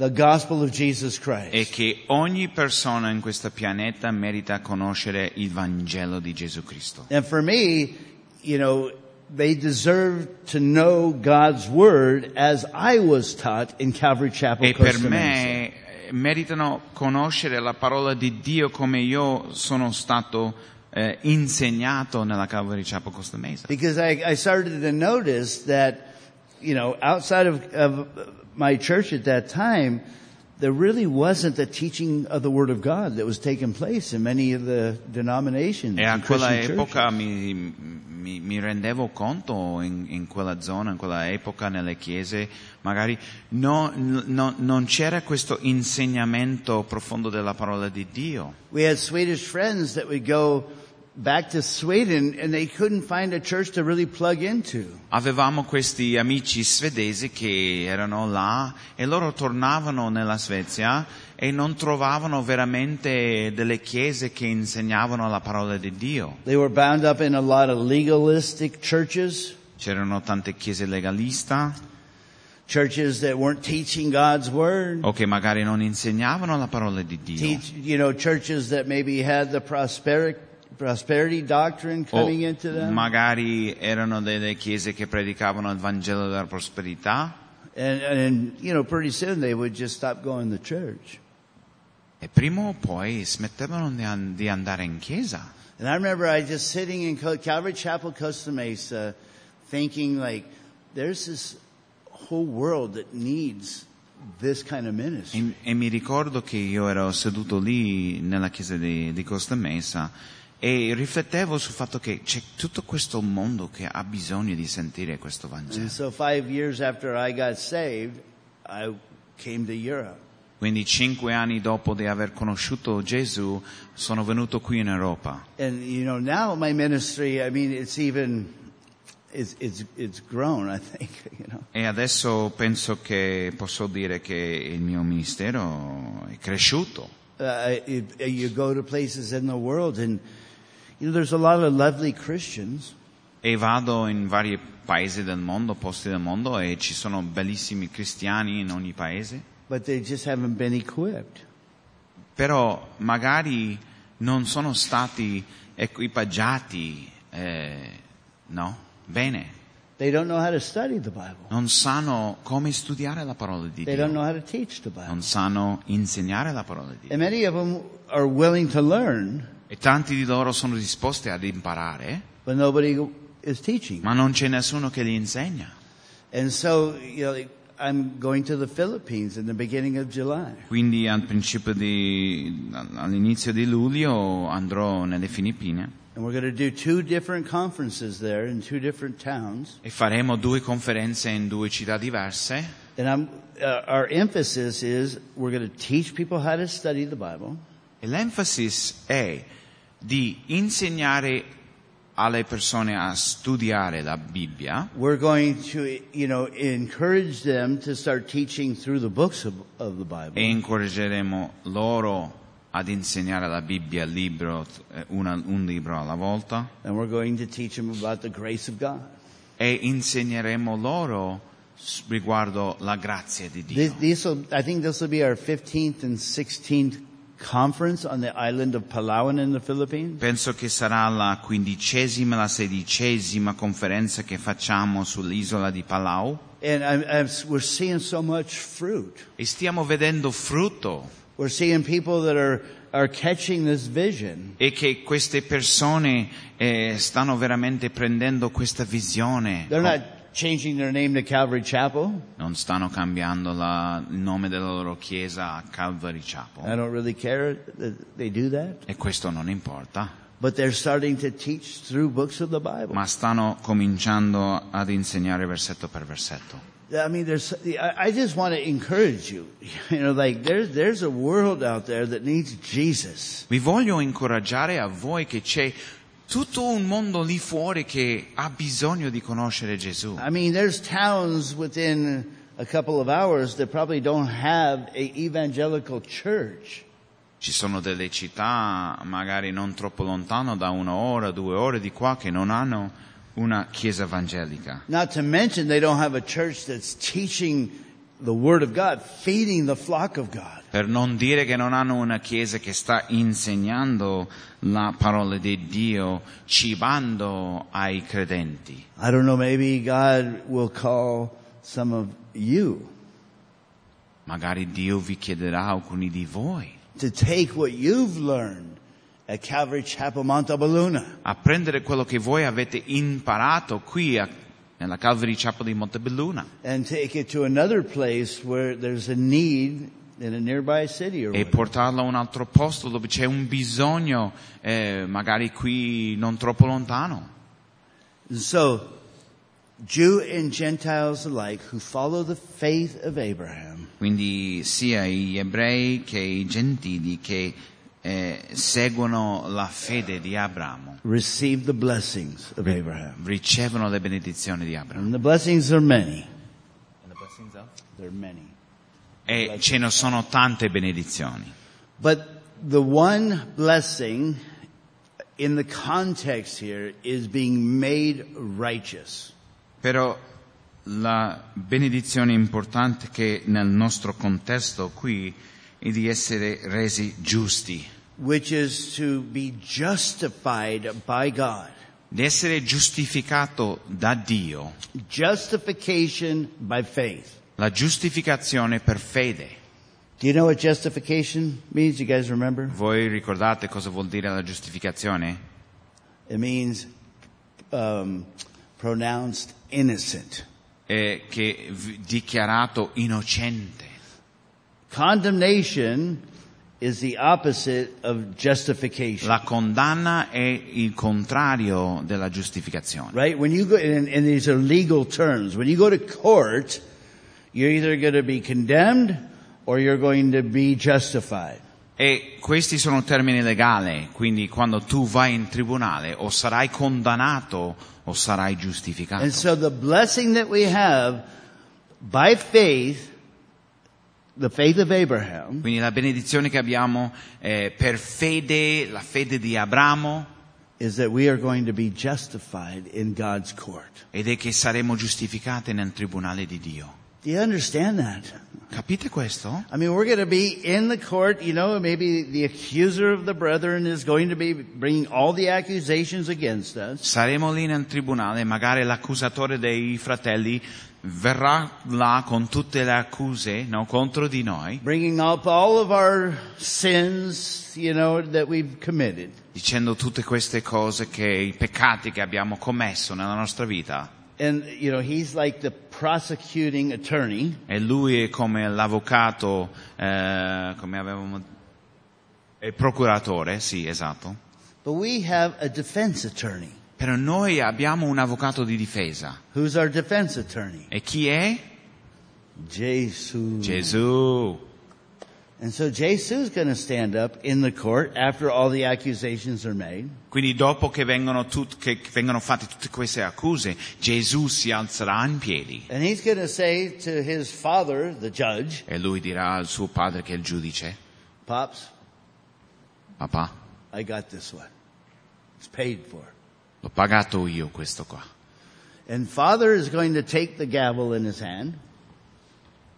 S1: the gospel of Jesus
S2: e
S1: Christ.
S2: che ogni persona in questo pianeta merita conoscere il Vangelo di Gesù Cristo.
S1: And for me, you know, they deserve to know God's word as I was taught in Calvary Chapel,
S2: E per
S1: Costa Mesa.
S2: me eh, meritano conoscere la parola di Dio come io sono stato eh, insegnato nella Calvary Chapel Costa Mesa.
S1: Because I, I started to notice that, you know, outside of, of my church at that time, there really wasn't the teaching of the Word of God that was taking place in many of the denominations.
S2: E a
S1: and
S2: quella
S1: Christian churches.
S2: epoca mi, mi- mi rendevo conto in, in quella zona, in quella epoca, nelle chiese, magari no- no- non c'era questo insegnamento profondo della parola di Dio.
S1: We had Swedish friends that would go back to Sweden and they couldn't find a church to really plug into.
S2: Avevamo questi amici svedesi che erano là e loro tornavano nella Svezia e non trovavano veramente delle chiese che insegnavano la parola di Dio.
S1: They were bound up in a lot of legalistic churches,
S2: C'erano tante chiese legalista
S1: churches that weren't teaching God's word.
S2: o che magari non insegnavano la parola di Dio.
S1: Teach, you know, churches that maybe had the prosperity prosperity doctrine
S2: O
S1: coming into them,
S2: magari erano delle chiese che predicavano il Vangelo della prosperità
S1: and, and you know, pretty soon they would just stop going to church.
S2: e prima o poi smettevano di an- di andare in chiesa.
S1: And I remember I just sitting in Co- Calvary Chapel, Costa Mesa, thinking like, there's this whole world that needs this kind of ministry.
S2: E, e mi ricordo che io ero seduto lì nella chiesa di, di Costa Mesa e riflettevo sul fatto che c'è tutto questo mondo che ha bisogno di sentire questo Vangelo.
S1: And so five years after I got saved, I came to Europe.
S2: Quindi cinque anni dopo di aver conosciuto Gesù sono venuto qui in Europa
S1: And you know, now my ministry, I mean, it's even, it's, it's, it's grown, I think, [laughs] you know.
S2: e adesso penso che posso dire che il mio ministero è cresciuto.
S1: Uh, it, you go to places in the world and, you know, there's a lot of lovely Christians,
S2: E vado in vari paesi del mondo, posti del mondo e ci sono bellissimi cristiani in ogni paese.
S1: but they just haven't been equipped.
S2: però magari non sono stati equipaggiati, eh, no? Bene.
S1: They don't know how to study the Bible.
S2: Non sanno come studiare la parola di
S1: They don't
S2: Dio.
S1: know how to teach the Bible.
S2: Non sanno insegnare la parola di Dio.
S1: And many of them are willing to learn,
S2: E tanti di loro sono disposti ad imparare,
S1: but nobody is teaching.
S2: ma non c'è nessuno che li insegna.
S1: And so, you know, like, I'm going to the Philippines in the beginning of July.
S2: Quindi al principio di, all'inizio di luglio andrò nelle Filippine
S1: And we're going to do two different conferences there in two different towns.
S2: e faremo due conferenze in due città diverse
S1: And I'm, uh, our emphasis is we're going to teach people how to study the Bible.
S2: E l'enfasi è di insegnare alle persone a studiare la Bibbia
S1: We're going to, you know, encourage them to start teaching through the books of, of the Bible.
S2: e incoraggeremo loro ad insegnare la Bibbia libro, eh, una- un libro alla volta
S1: And we're going to teach them about the grace of God.
S2: e insegneremo loro s- riguardo la grazia di
S1: This,
S2: Dio.
S1: this will, I think this will be our 15th and 16th conference on the island of Palawan in the Philippines.
S2: Penso che sarà la quindicesima, la sedicesima conferenza che facciamo sull'isola di Palau
S1: And I'm, I'm, we're seeing so much fruit.
S2: e stiamo vedendo frutto
S1: We're seeing people that are, are catching this vision.
S2: e che queste persone eh, stanno veramente prendendo questa visione, Oh,
S1: They're not changing their name to Calvary Chapel.
S2: non stanno cambiando la- il nome della loro chiesa a Calvary Chapel
S1: Eh. I don't really care that they do that.
S2: e questo non importa,
S1: but they're starting to teach through books of the Bible.
S2: ma stanno cominciando ad insegnare versetto per versetto.
S1: I mean, there's, I I just want to encourage you. [laughs] You know, like there's, there's a world out there that needs Jesus.
S2: Vi voglio incoraggiare a voi che c'è tutto un mondo lì fuori che ha bisogno di conoscere Gesù.
S1: I mean, there's towns within a couple of hours that probably don't have a evangelical church.
S2: Ci sono delle città, magari non troppo lontano, da una ora, due ore di qua, che non hanno una chiesa evangelica.
S1: Not to mention they don't have a church that's teaching the Word of God, feeding the flock of God.
S2: Per non dire che non hanno una chiesa che sta insegnando la parola di Dio, cibando ai credenti.
S1: I don't know, maybe God will call some of you
S2: Magari Dio vi chiederà a alcuni di voi
S1: to take what you've learned at Calvary Chapel Montalbano
S2: a prendere quello che voi avete imparato qui a- nella Calvary Chapel di Montebelluna
S1: and take it to another place where there's a need in a nearby city or
S2: e
S1: whatever.
S2: portarlo a un altro posto dove c'è un bisogno, eh, magari qui non troppo lontano.
S1: And so, Jew and Gentiles alike who follow the faith of Abraham
S2: Quindi sia gli ebrei che i gentili che eh, seguono la fede di Abramo
S1: receive the blessings of Abraham.
S2: ricevono le benedizioni di Abramo.
S1: And the blessings are many. They're many.
S2: E ce ne sono tante benedizioni.
S1: But the one blessing in the context here is being made righteous.
S2: Però la benedizione importante che nel nostro contesto qui è di essere resi giusti,
S1: which is to be justified by God.
S2: di essere giustificato da Dio,
S1: Justification by faith.
S2: la giustificazione per fede.
S1: Do you know what justification means? You guys remember?
S2: Voi ricordate cosa vuol dire la giustificazione?
S1: It means um, pronounced innocent.
S2: È che v- dichiarato innocente.
S1: Condemnation is the opposite of justification.
S2: La condanna è il contrario della giustificazione.
S1: Right? When you go, and, and these are legal terms. When you go to court, you're either going to be condemned or you're going to be justified.
S2: E questi sono termini legali, quindi quando tu vai in tribunale o sarai condannato o sarai giustificato.
S1: And so the blessing that we have by faith, the faith of Abraham,
S2: Quindi la benedizione che abbiamo eh, per fede, la fede di Abramo,
S1: is that we are going to be justified in God's court.
S2: ed è che saremo giustificati nel tribunale di Dio.
S1: Do you understand that?
S2: Capite questo?
S1: I mean, we're going to be in the court, you know, maybe the accuser of the brethren is going to be bringing all the accusations against us.
S2: Saremo lì nel tribunale, magari l'accusatore dei fratelli verrà là con tutte le accuse no, contro di noi,
S1: Bringing up all of our sins, you know, that we've committed.
S2: dicendo tutte queste cose che i peccati che abbiamo commesso nella nostra vita.
S1: And, you know, he's like the prosecuting attorney.
S2: E lui è come l'avvocato, eh, come avevamo... è procuratore, sì, esatto.
S1: But we have a defense attorney.
S2: Però noi abbiamo un avvocato di difesa.
S1: Who's our defense attorney?
S2: E chi è?
S1: Jesus.
S2: Gesù.
S1: And so Jesus is going to stand up in the court after all the accusations are made.
S2: Quindi dopo che vengono, tut- che vengono fatte tutte queste accuse, Gesù si alzerà in piedi.
S1: And he's going to say to his father, the judge,
S2: E lui dirà al suo padre che è il giudice,
S1: Pops,
S2: papà,
S1: I got this one. It's paid for.
S2: l'ho pagato io questo qua.
S1: And father is going to take the gavel in his hand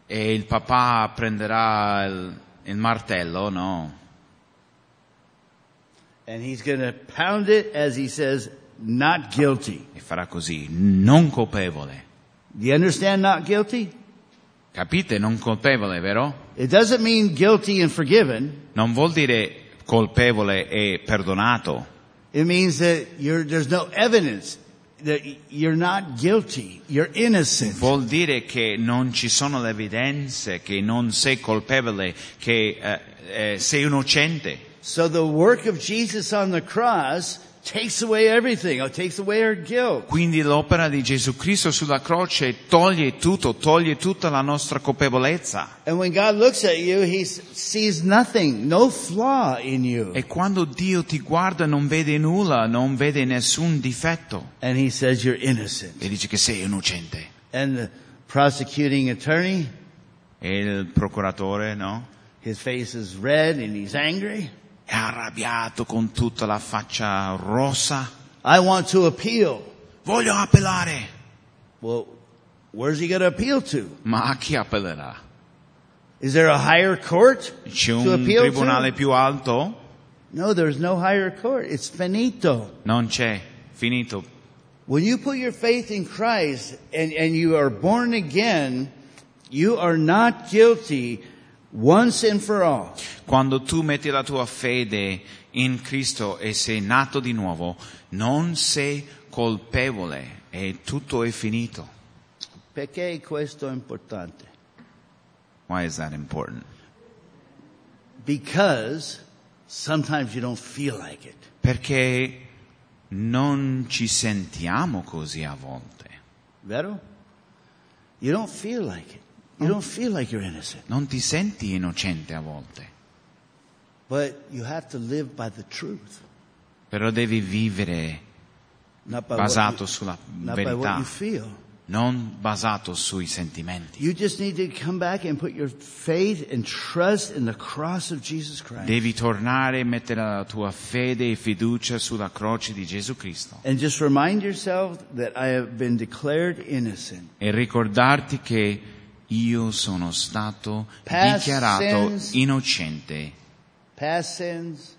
S2: E il papà prenderà il, il martello, no?
S1: and he's going to pound it as he says, not guilty.
S2: E farà così, non colpevole.
S1: Do you understand not guilty?
S2: Capite? Non colpevole, vero?
S1: It doesn't mean guilty and forgiven.
S2: Non vuol dire colpevole e perdonato.
S1: It means that you're, there's no evidence that you're not guilty. You're innocent.
S2: Vuol dire che non ci sono le evidenze, che non sei colpevole, che eh, eh, sei innocente.
S1: So the work of Jesus on the cross takes away everything. It takes away our guilt.
S2: Quindi l'opera di Gesù Cristo sulla croce toglie tutto, toglie tutta la nostra colpevolezza.
S1: And when God looks at you, He s- sees nothing, no flaw in you.
S2: E quando Dio ti guarda non vede nulla, non vede nessun difetto.
S1: And He says you're innocent.
S2: E dice che sei innocente.
S1: And the prosecuting attorney,
S2: E il procuratore, no?
S1: his face is red and he's angry.
S2: È arrabbiato con tutta la faccia rossa.
S1: I want to appeal.
S2: Voglio appellare.
S1: Well, where's he going to appeal to?
S2: Ma a chi appellerà?
S1: Is there a higher court
S2: C'è
S1: to
S2: un
S1: appeal
S2: tribunale
S1: to?
S2: più alto?
S1: No, there's no higher court. It's finito.
S2: Non c'è. Finito.
S1: When you put your faith in Christ and, and you are born again, you are not guilty once and for all.
S2: Quando tu metti la tua fede in Cristo e sei nato di nuovo, non sei colpevole e tutto è finito.
S1: Perché questo è importante?
S2: Why is that important?
S1: Because sometimes you don't feel like it.
S2: Perché non ci sentiamo così a volte.
S1: Vero? You don't feel like it. You don't feel like you're innocent.
S2: Non ti senti innocente a volte,
S1: But you have to live by the truth.
S2: però devi vivere
S1: Not by, what
S2: basato
S1: you,
S2: sulla
S1: not by what
S2: verità,
S1: you feel.
S2: non basato sui sentimenti.
S1: You just need to come back and put your faith and trust in the cross of Jesus Christ.
S2: Devi tornare e mettere la tua fede e fiducia sulla croce di Gesù Cristo.
S1: And just remind yourself that I have been declared innocent.
S2: e ricordarti che io sono stato
S1: Past
S2: dichiarato
S1: sins.
S2: innocente,
S1: Past sins,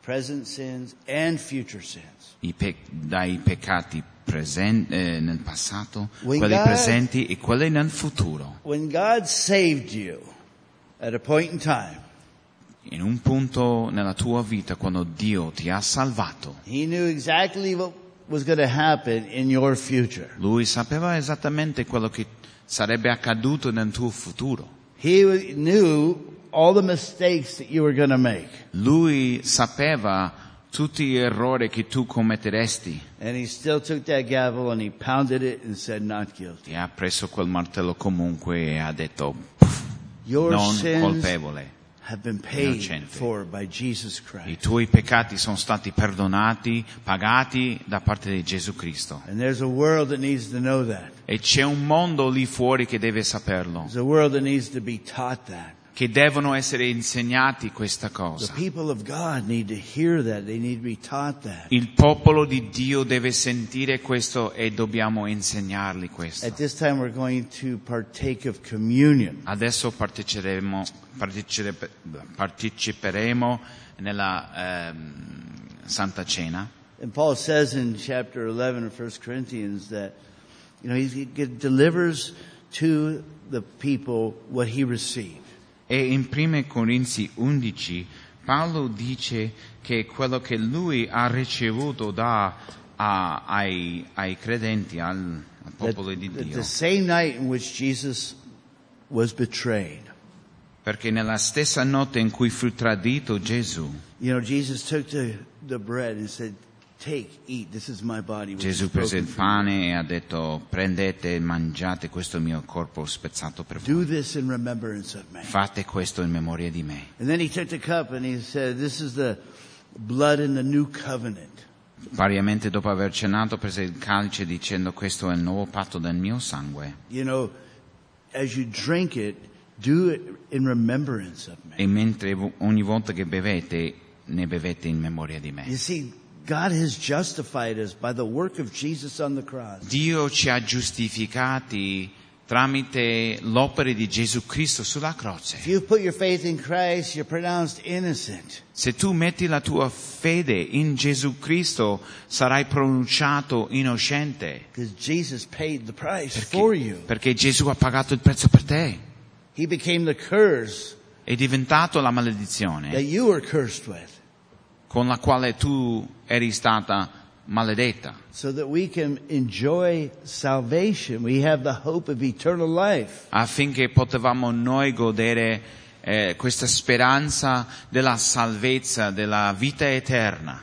S1: present sins, and future sins.
S2: i pe- dai peccati presen- eh, nel passato,
S1: When
S2: quelli
S1: God-
S2: presenti e quelli nel futuro.
S1: When God saved you at a point in time,
S2: In un punto nella tua vita, quando Dio ti ha salvato,
S1: He knew exactly what was going to happen in your future.
S2: Lui sapeva esattamente quello che sarebbe accaduto nel tuo futuro.
S1: He knew all the mistakes that you were going to make.
S2: Lui sapeva tutti gli errori che tu commetteresti
S1: And He still took that gavel and He pounded it and said, not guilty.
S2: e ha preso quel martello comunque e ha detto
S1: Your
S2: non
S1: sins
S2: colpevole.
S1: have been paid
S2: Innocente.
S1: for by Jesus Christ.
S2: I tuoi peccati sono stati perdonati, pagati da parte di Gesù Cristo.
S1: And there's a world that needs to know that.
S2: E c'è un mondo lì fuori che deve saperlo,
S1: There's a world that needs to be taught that.
S2: che devono essere insegnati questa
S1: The
S2: cosa.
S1: people of God need to hear that. They need to be taught that.
S2: Il popolo di Dio deve sentire questo e dobbiamo insegnargli questo.
S1: At this time, we're going to partake of communion.
S2: Adesso parteciperemo, partecipe- parteciperemo nella ehm, Santa Cena.
S1: And Paul says in chapter 11 of 1 Corinthians that, you know, he delivers to the people what he received.
S2: E in 1 Corinzi 11 Paolo dice che quello che lui ha ricevuto da, a- ai, ai credenti, al, al
S1: That,
S2: popolo di
S1: that
S2: Dio,
S1: the same night in which Jesus was betrayed,
S2: perché nella stessa notte in cui fu tradito Gesù,
S1: you know, Jesus took the, the bread and said, take, eat, this is my body. which
S2: Gesù
S1: is
S2: prese
S1: broken
S2: il
S1: for you."
S2: pane e ha detto prendete e mangiate questo mio corpo spezzato per voi,
S1: Do this in remembrance of me.
S2: fate questo in memoria di me.
S1: And then he took the cup and he said, This is the blood in the new covenant.
S2: Pariamente dopo aver cenato prese il calce dicendo questo è il nuovo patto del mio sangue.
S1: You know, as you drink it, do it in remembrance of me.
S2: e mentre vo- ogni volta che bevete, ne bevete in memoria di
S1: You
S2: me.
S1: see, God has justified us by the work of Jesus on the cross.
S2: Dio ci ha giustificati tramite l'opera di Gesù Cristo sulla croce.
S1: If you put your faith in Christ, you're pronounced innocent.
S2: Se tu metti la tua fede in Gesù Cristo, sarai pronunciato innocente.
S1: Because Jesus paid the price
S2: Perché-
S1: for you.
S2: Perché Gesù ha pagato il prezzo per te.
S1: He became the curse
S2: È diventato la maledizione
S1: that you were cursed with.
S2: con la quale tu eri stata maledetta.
S1: So that we can enjoy salvation. We have the hope of eternal life.
S2: affinché potevamo noi godere eh, questa speranza della salvezza, della vita eterna.